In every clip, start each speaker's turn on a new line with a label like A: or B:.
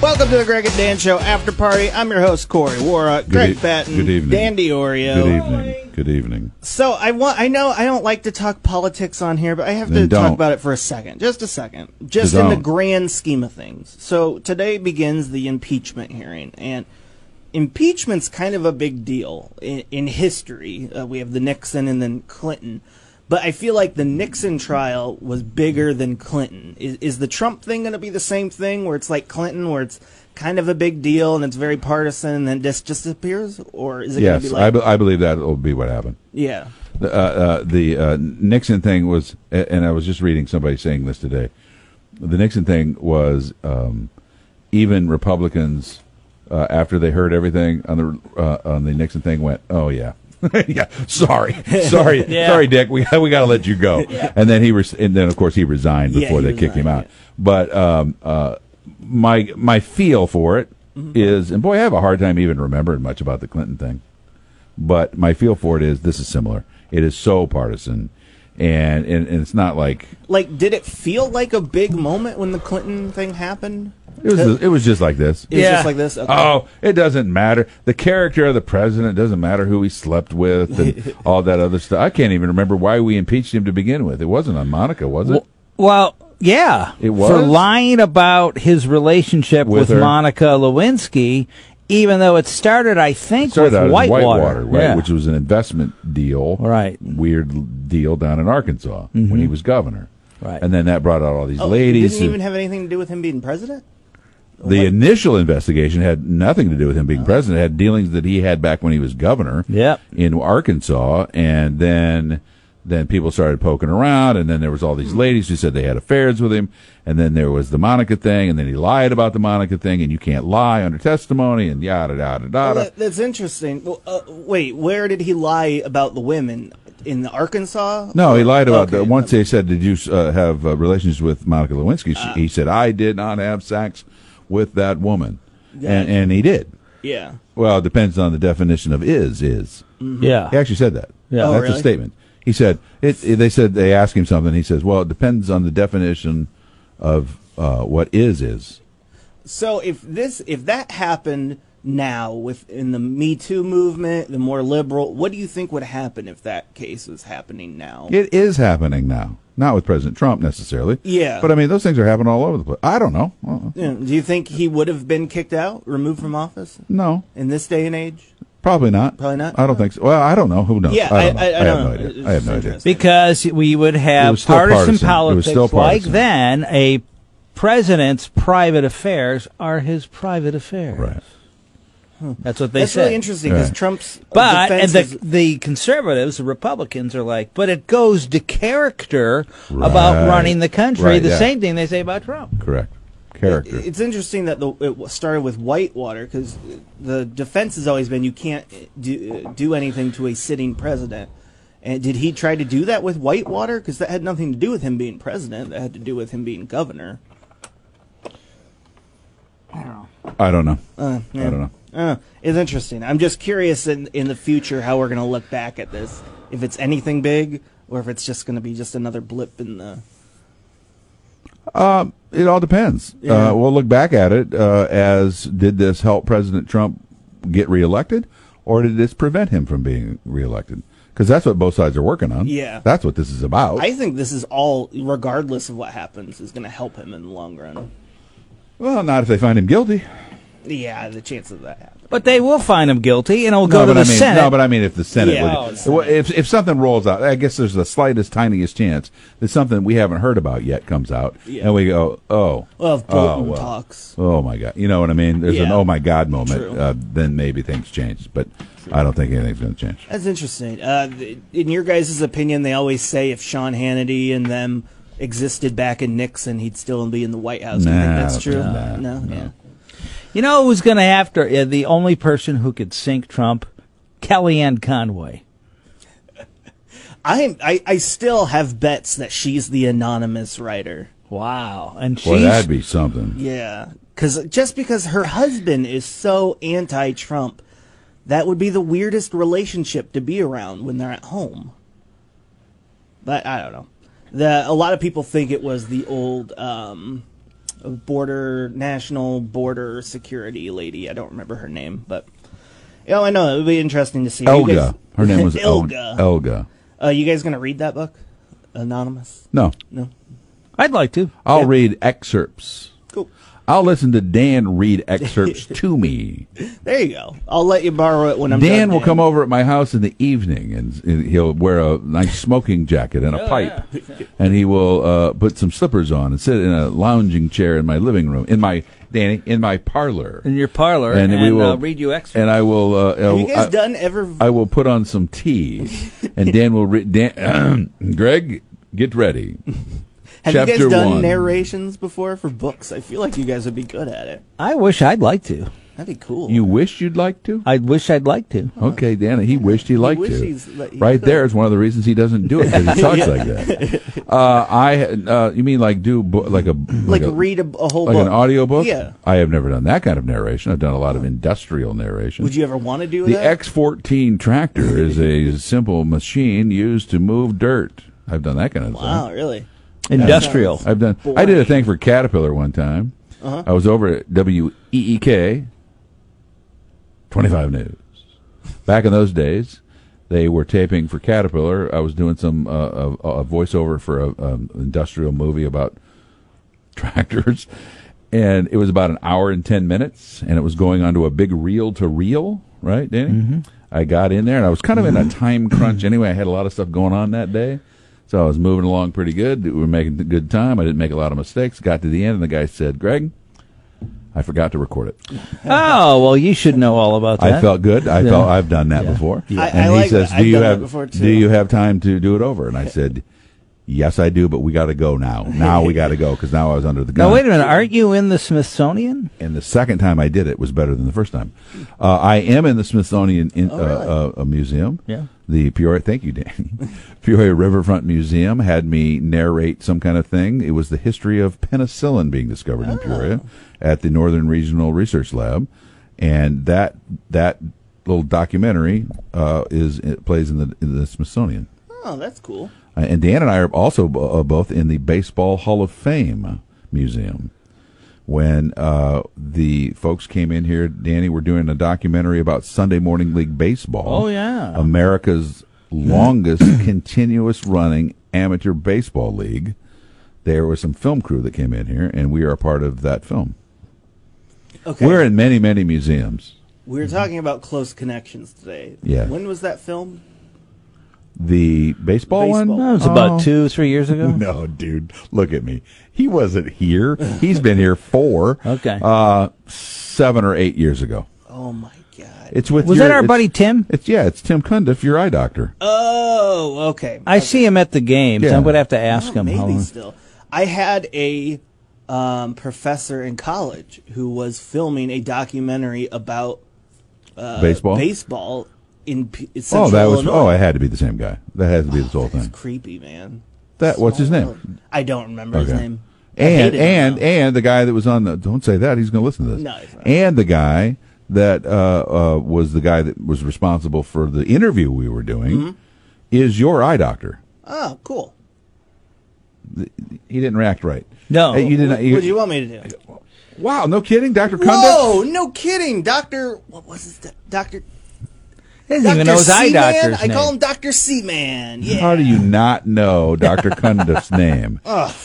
A: Welcome to the Greg and Dan Show After Party. I'm your host Corey Wara, Greg
B: e-
A: Batten,
B: good evening.
A: Dan Diorio.
B: Good evening. Good evening.
A: So I want. I know I don't like to talk politics on here, but I have to
B: Then
A: talk
B: don't.
A: about it for a second, just a second, just in the
B: Don't.
A: grand scheme of things. So today begins the impeachment hearing, and impeachment's kind of a big deal in, in history. Uh, we have the Nixon and then Clinton, but I feel like the Nixon trial was bigger than Clinton. Is, is the Trump thing going to be the same thing, where it's like Clinton, where it's kind of a big deal and it's very partisan, and then just disappears, or is it going to
B: Yes,
A: be like
B: I, be- I believe that will be what happened.
A: yeah?
B: The, uh, uh, the uh, Nixon thing was, a- and I was just reading somebody saying this today. The Nixon thing was um, even Republicans uh, after they heard everything on the uh, on the Nixon thing went, oh yeah. yeah, sorry, sorry,
A: Yeah.
B: sorry, Dick. We we got to let you go. And then he res- and then of course he resigned
A: Yeah,
B: before
A: he
B: they kicked him
A: resigned,
B: out. But um, uh, my my feel for it is,
A: Mm-hmm.
B: and boy, I have a hard time even remembering much about the Clinton thing but my feel for it is this is similar. It is so partisan, and and, and it's not like
A: like did it feel like a big moment when the clinton thing happened
B: it was. It was just like this.
A: It was just like this? Okay.
B: Oh, it doesn't matter. The character of the president doesn't matter who he slept with and all that other stuff. I can't even remember why we impeached him to begin with. It wasn't on Monica, was it?
C: Well, yeah,
B: It was?
C: for lying about his relationship
B: With
C: with,
B: her.
C: Monica Lewinsky, even though it started, I think,
B: started out
C: with
B: as
C: Whitewater,
B: right,
C: Yeah.
B: which was an investment deal,
C: Right. Mm-hmm.
B: Weird l- deal down in Arkansas when he was governor,
C: Right.
B: And then that brought out all these
A: Oh,
B: ladies.
A: didn't
B: who-
A: even have anything to do with him being president
B: The initial investigation had nothing to do with him being president. It had dealings that he had back when he was governor
C: Yep.
B: in Arkansas, and then then people started poking around, and then there was all these ladies who said they had affairs with him, and then there was the Monica thing, and then he lied about the Monica thing, and you can't lie under testimony, and yada yada
A: Well,
B: yada.
A: that- that's interesting well, uh, wait where did he lie about the women in the arkansas
B: No, he lied about
A: Okay.
B: that. Once they said, "Did you uh, have uh, relations with Monica Lewinsky?" She, he said, "I did not have sex with that woman," and and he did.
A: yeah
B: Well, it depends on the definition of is is.
C: yeah,
B: He actually said that.
C: Yeah. Oh,
B: that's a
A: really?
B: statement. He said it, it- They said they asked him something. He says, "Well, it depends on the definition of uh, what is is."
A: so if this if that happened now within the me too movement the more liberal what do you think would happen if that case was happening now
B: It is happening now, not with President Trump necessarily.
A: Yeah.
B: but I mean, those things are happening all over the place. I don't know. Uh,
A: Yeah, do you think he would have been kicked out removed from office
B: no,
A: in this day and age
B: probably not.
A: Probably not?
B: I don't think so. Well, I don't know. Who knows?
A: Yeah,
B: I don't know.
A: I- I- I
B: have
A: don't
B: no
A: know.
B: idea.
A: It's
B: I have no
A: just
B: idea.
A: interesting.
C: because we would
B: It
C: have
B: was still
C: partisan,
B: partisan. It was
C: politics.
B: still partisan.
C: Like then, a president's private affairs are his private affairs.
B: Right.
C: That's what they
A: that's
C: said.
A: really interesting because
B: Right.
A: trump's uh,
C: But
A: defense
C: and the
A: is-
C: the conservatives, the Republicans, are like, but it goes to character
B: Right.
C: about running the country.
B: Right,
C: the
B: yeah.
C: same thing they say about Trump.
B: Correct. Character.
A: It's interesting that the, it started with Whitewater because the defense has always been you can't uh, do, do anything to a sitting president. And did he try to do that with Whitewater? Because that had nothing to do with him being president. That had to do with him being governor.
B: I don't know. I don't know.
A: Uh, it's interesting. I'm just curious in, in the future how we're going to look back at this. If it's anything big or if it's just going to be just another blip in the.
B: It all depends. Uh, we'll look back at it uh, as did this help President Trump get reelected, or did this prevent him from being reelected? Because that's what both sides are working on.
A: Yeah.
B: that's what this is about.
A: I think this is all, regardless of what happens, is going to help him in the long run.
B: well, not if they find him guilty.
A: Yeah, the chance of that happening.
C: But they will find him guilty, and it'll go
B: no, but
C: to the
B: I mean,
C: Senate.
B: no, but I mean, if the Senate
A: Yeah.
B: would,
A: Oh, it's
B: Well, if if something rolls out, I guess there's the slightest, tiniest chance that something we haven't heard about yet comes out,
A: Yeah.
B: and we go, oh,
A: Well, if
B: oh,
A: Bolton talks.
B: oh my god, you know what I mean? There's an
A: Yeah.
B: oh my god moment.
A: True.
B: Uh, then maybe things change, but I don't think anything's going to change.
A: That's interesting. Uh, th- in your guys' opinion, they always say if Sean Hannity and them existed back in Nixon, he'd still be in the White House. Do you
B: Nah,
A: think that's
B: I don't
A: true?
B: think that.
A: no, yeah.
C: You know who's going to have to? Uh, the only person who could sink Trump, Kellyanne Conway.
A: I, I I still have bets that she's the anonymous writer.
C: Wow, and
B: Well,
C: she's
B: that'd be something.
A: Yeah, because just because her husband is so anti-Trump, that would be the weirdest relationship to be around when they're at home. But I don't know. The a lot of people think it was the old um, a border national border security lady. I don't remember her name, but oh, I know it would be interesting to see You
B: Elga.
A: guys-
B: Her name was El-
A: Elga.
B: Elga.
A: Uh, you guys gonna read that book? Anonymous?
B: No,
A: No.
C: I'd like to.
B: I'll read excerpts.
A: Cool.
B: I'll listen to Dan read excerpts to me.
A: There you go. I'll let you borrow it when I'm done.
B: Dan will come over at my house in the evening, and, and he'll wear a nice smoking jacket and a pipe, and he will uh, put some slippers on and sit in a lounging chair in my living room, in my Danny, in my parlor,
C: in your parlor, and,
B: and, we will
C: uh, read you extra.
B: And I will. Uh,
A: Have you guys
B: I,
A: done ever?
B: I will put on some tea, and Dan will read. Dan, Greg, get ready.
A: Have you guys
B: chapter
A: done
B: one.
A: narrations before for books? I feel like you guys would be good at it.
C: I wish I'd like to.
A: That'd be cool.
B: You wish you'd like to.
C: I wish I'd like to.
B: Okay, Dan, he wished he liked
A: wished
B: to.
A: he's- that he
B: right
A: could.
B: there is one of the reasons he doesn't do it because he talks like that. Uh, I uh, you mean like do bo- like a
A: like,
B: a,
A: read a, a whole
B: like
A: book.
B: an audiobook?
A: Yeah.
B: I have never done that kind of narration. I've done a lot of industrial narration.
A: Would you ever want to do
B: the
A: that?
B: X14 tractor is a simple machine used to move dirt. I've done that kind of thing.
A: wow, really?
C: Industrial.
B: I've done. I did a thing for Caterpillar one time. I was over at E WEEK, 25 News. Back in those days, they were taping for Caterpillar. I was doing some uh, a, a voiceover for a um, industrial movie about tractors, and it was about an hour and ten minutes, and it was going onto a big reel to reel. Right, Danny.
C: Mm-hmm.
B: I got in there, and I was kind of in a time crunch. Anyway, I had a lot of stuff going on that day, so I was moving along pretty good. We were making good time. I didn't make a lot of mistakes. Got to the end, and the guy said, "Greg." I forgot to record it.
C: Oh well, you should know all about that.
B: I felt good. I
C: Yeah.
B: felt I've done that before.
A: I- I
B: And he
A: like
B: says,
A: that.
B: "Do
A: I've
B: you
A: done that
B: have
A: before, too."
B: do you have time to do it over?" And I said, "Yes, I do, but we got to go now. Now we got to go because now I was under the gun."
C: now wait a minute. Aren't you in the Smithsonian?
B: And the second time I did it was better than the first time. Uh, I am in the Smithsonian in, uh, uh, uh, Museum.
C: Yeah.
B: The Peoria, thank you, Danny. Peoria Riverfront Museum had me narrate some kind of thing. It was the history of penicillin being discovered in Peoria at the Northern Regional Research Lab, and that that little documentary uh, is it plays in the in the Smithsonian.
A: Oh, that's cool.
B: Uh, and Dan and I are also b- uh, both in the Baseball Hall of Fame Museum. When uh, the folks came in here, Danny, we're doing a documentary about Sunday morning league baseball.
C: Oh, yeah.
B: America's longest continuous running amateur baseball league. There was some film crew that came in here, and we are a part of that film.
A: Okay.
B: We're in many, many museums.
A: We were talking about close connections today.
B: Yeah.
A: When was that film?
B: The baseball, one?
A: Baseball.
C: That was
B: Oh.
C: about two, three years ago.
B: No, dude, look at me. He wasn't here. He's been here four.
C: Okay.
B: Uh, seven or eight years ago.
A: Oh my god.
B: It's with
C: Was
B: your-
C: that our
B: it's-
C: buddy Tim?
B: It's yeah, it's Tim Cundiff, your eye doctor.
A: oh, okay. Oh,
C: I see him at the games.
B: Yeah.
C: I'm going to have to ask him. how
A: Maybe
C: long-
A: still. I had a um, professor in college who was filming a documentary about
B: baseball.
A: baseball in, P- in Uh, Central
B: oh, that was
A: Illinois. Oh,
B: oh, it had to be the same guy. That has to be this whole
A: That's
B: thing.
A: creepy, man.
B: That what's his name?
A: I don't remember his
B: Okay.
A: name. I
B: And
A: hated him,
B: and
A: though.
B: and the guy that was on the don't say that he's going to listen to this.
A: No, he's not.
B: And the guy that uh, uh, was the guy that was responsible for the interview we were doing
A: Mm-hmm.
B: is your eye doctor.
A: oh, cool.
B: He didn't react right.
C: No.
B: Hey, you didn't.
A: What do you want me to do?
B: Wow, no kidding, Doctor Cundiff.
A: Whoa, no kidding, Doctor. What was his do- Doctor?
C: He doesn't
A: Doctor
C: even know his eye
A: Seaman.
C: doctor's
A: I call
C: name.
A: him Doctor Seaman. Yeah.
B: How do you not know Dr. Cundiff's name?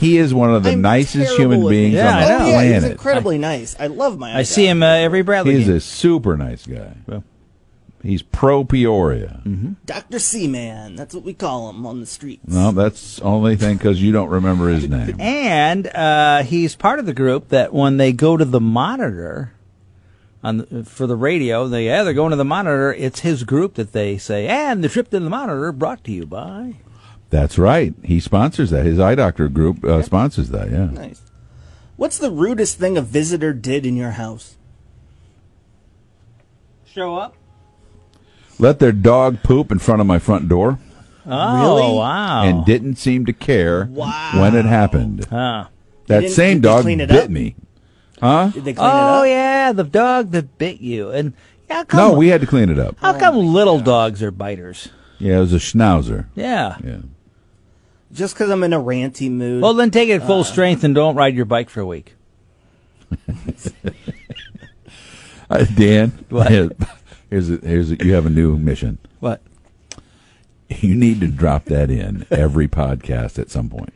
B: he is one of the
A: I'm
B: nicest
A: terrible
B: human
A: with
B: beings
A: names.
B: on
C: Yeah, I
B: the
C: know.
A: Oh, yeah,
B: planet.
A: he's incredibly nice. I love my.
C: I see him uh, every Bradley
B: He's
C: game.
B: a super nice guy. He's pro Peoria.
C: Mm-hmm.
A: Doctor Seaman. That's what we call him on the streets.
B: No, that's the only thing because you don't remember his name.
C: and uh, he's part of the group that when they go to the monitor on the, for the radio, they yeah they're going to the monitor. It's his group that they say, and the trip to the monitor brought to you by.
B: That's right. He sponsors that. His eye doctor group uh, sponsors that. Yeah.
A: Nice. What's the rudest thing a visitor did in your house?
C: Show up.
B: Let their dog poop in front of my front door,
C: Oh
A: Really?
C: wow!
B: and didn't seem to care
A: Wow.
B: when it happened.
C: Huh.
B: That
A: didn't-
B: same
A: did they
B: dog
A: clean it
B: bit
A: up?
B: me.
A: Did they clean
C: Oh
A: it up?
C: yeah, the dog that bit you, and how
B: No,
C: come?
B: we had to clean it
A: Oh.
B: up.
C: how come little dogs are biters?
B: Yeah, it was a schnauzer.
C: Yeah.
B: Yeah.
A: Just because I'm in a ranty mood. Uh.
C: Well, then take it full strength and don't ride your bike for a week.
B: Uh, Dan,
C: What?
B: here's a, here's a, you have a new mission.
C: What?
B: You need to drop that in every podcast at some point,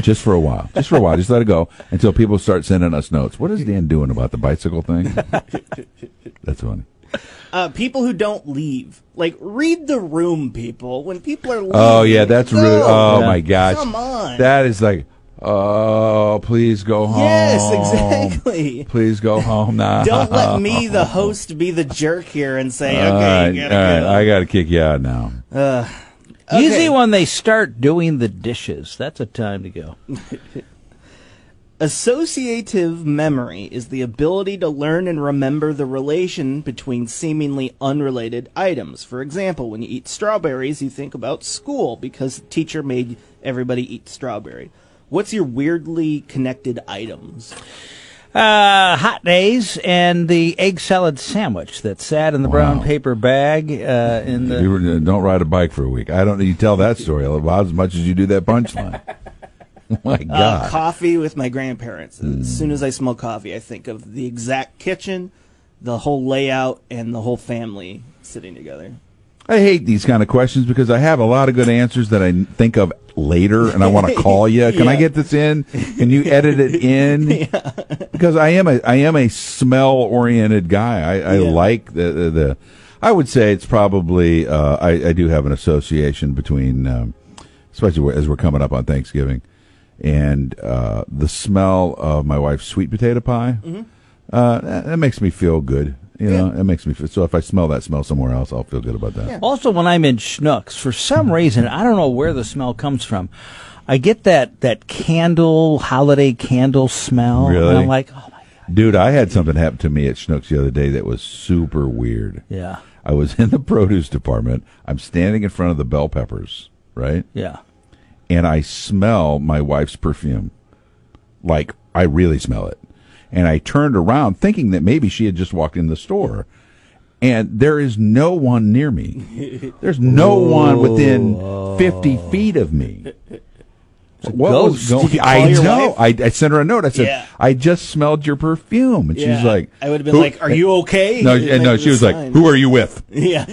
B: just for a while, just for a while, just let it go until people start sending us notes. What is Dan doing about the bicycle thing? That's funny.
A: Uh, people who don't leave, like read the room, people. When people are leaving,
B: Oh yeah, that's
A: go.
B: rude. Oh
C: Yeah.
B: my gosh,
A: Come on.
B: that is like, oh please go home.
A: yes, exactly.
B: Please go home now.
A: Don't let me, the host, be the jerk here and say,
B: All
A: "Okay,
B: right,
A: you
B: all
A: gotta
B: right.
A: go."
B: I got to kick you out now.
A: Okay.
C: Usually when they start doing the dishes, that's a time to go.
A: Associative memory is the ability to learn and remember the relation between seemingly unrelated items. For example, when you eat strawberries, you think about school because the teacher made everybody eat strawberry. What's your weirdly connected items?
C: Uh, hot days and the egg salad sandwich that sat in the brown
B: Wow.
C: paper bag uh, in the.
B: You were- don't ride a bike for a week. I don't. You tell that story about as much as you do that punchline. My
A: Uh,
B: God.
A: coffee with my grandparents. As soon as I smell coffee, I think of the exact kitchen, the whole layout, and the whole family sitting together.
B: I hate these kind of questions because I have a lot of good answers that I think of later, and I want to call you. Can I
A: Yeah.
B: get this in? Can you edit it in? Because I am a I am a smell oriented guy. I, I
A: Yeah.
B: like the, the the. I would say it's probably uh, I I do have an association between, um, especially as we're coming up on Thanksgiving, and uh, the smell of my wife's sweet potato pie.
A: Mm-hmm.
B: Uh, that, that makes me feel good. You know, it makes me feel, so if I smell that smell somewhere else, I'll feel good about that.
C: Also, when I'm in Schnucks, for some reason, I don't know where the smell comes from. I get that, that candle, holiday candle smell.
B: Really?
C: And I'm like, oh my God.
B: Dude, I had something happen to me at Schnucks the other day that was super weird.
C: Yeah.
B: I was in the produce department. I'm standing in front of the bell peppers, right?
C: Yeah.
B: And I smell my wife's perfume. Like, I really smell it. And I turned around thinking that maybe she had just walked in the store. And there is no one near me. There's no one within 50 feet of me. What was going?
C: ghost. Did you
A: call
B: I
A: your
B: know. I, I sent her a note. I said,
A: Yeah.
B: "I just smelled your perfume," and she's
A: Yeah.
B: like,
A: I would have been
B: "Who-"
A: like, "Are you okay?"
B: No,
A: Like,
B: and no, she
A: the
B: was
A: sign.
B: like, "Who are you with?"
A: Yeah,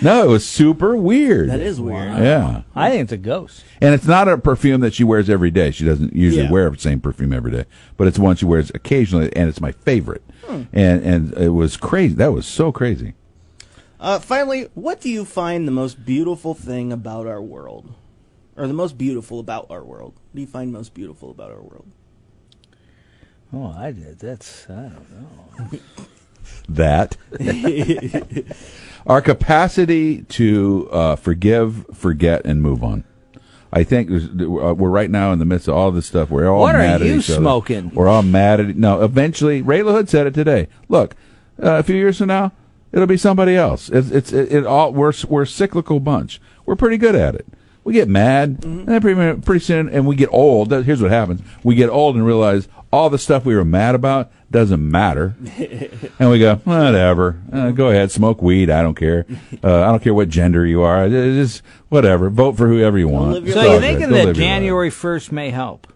B: No, it was super weird.
A: that is weird.
B: Yeah,
C: I think it's a ghost.
B: and it's not a perfume that she wears every day. She doesn't usually
A: Yeah.
B: wear the same perfume every day, but it's one she wears occasionally, and it's my favorite. And and it was crazy. That was so crazy.
A: Uh, finally, what do you find the most beautiful thing about our world, or the most beautiful about our world? What do you find most beautiful about our world?
C: Oh, I did. That's, I don't know.
B: that our capacity to uh, forgive, forget, and move on. I think there's- uh, we're right now in the midst of all this stuff. We're all
C: What are
B: mad at
C: you
B: each other.
C: smoking?
B: We're all mad at no. Eventually, Ray LaHood said it today. Look, uh, a few years from now, it'll be somebody else. It's it's it, it all we're we're a cyclical bunch. We're pretty good at it. We get mad,
C: Mm-hmm.
B: and then pretty mu- pretty soon, and we get old. That- Here's what happens: we get old and realize all the stuff we were mad about doesn't matter. And we go, whatever. Uh, go ahead, smoke weed. I don't care. Uh, I don't care what gender you are. It- it- Just whatever. Vote for whoever you want.
A: live your
B: It's
C: So
A: life.
B: all
C: you're
B: good.
C: thinking
B: Go live your
C: that
B: life.
C: January 1st may help?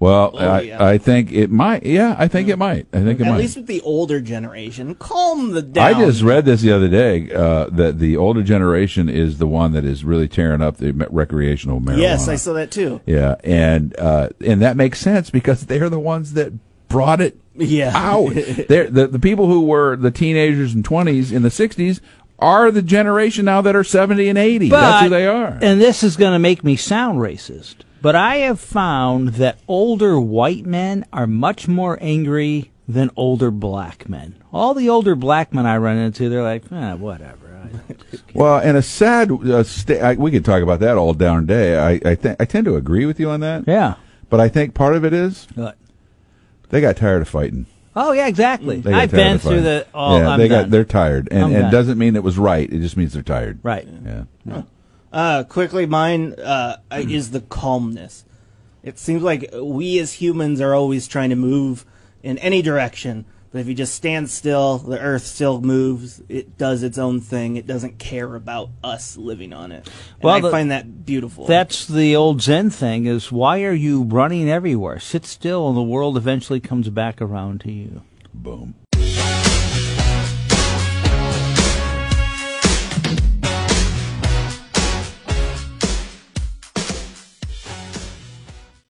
B: Well, I,
A: Oh, yeah.
B: I think it might. Yeah, I think it might. I think it
A: At
B: might.
A: least with the older generation, calm the down.
B: I just read this the other day uh, that the older generation is the one that is really tearing up the me- recreational marijuana.
A: yes, I saw that too.
B: Yeah, and uh, and that makes sense because they're the ones that brought it
A: Yeah.
B: out. they're, the the people who were the teenagers and twenties in the sixties are the generation now that are seventy and eighty. That's who
C: But-
B: they are.
C: And this is going to make me sound racist, but I have found that older white men are much more angry than older black men. All the older black men I run into, they're like, eh, whatever. I just can't."
B: Well, and a sad. Uh, sta I, we could talk about that all darn day. I I, th- I tend to agree with you on that.
C: yeah.
B: But I think part of it is
C: But-
B: they got tired of fighting.
C: Oh yeah, exactly.
B: They got
C: I've
B: tired
C: been
B: of
C: through
B: fighting.
C: the. Oh,
B: yeah,
C: I'm
B: they
C: done.
B: got. They're tired, and
C: I'm
B: and
C: done.
B: doesn't mean it was right. It just means they're tired.
C: right.
B: Yeah.
A: Uh, quickly, mine uh, is the calmness. It seems like we as humans are always trying to move in any direction, But if you just stand still, the earth still moves. It does its own thing. It doesn't care about us living on it. And
C: Well,
A: I
C: the-
A: find that beautiful.
C: That's the old Zen thing is why are you running everywhere? Sit still and the world eventually comes back around to you.
B: Boom.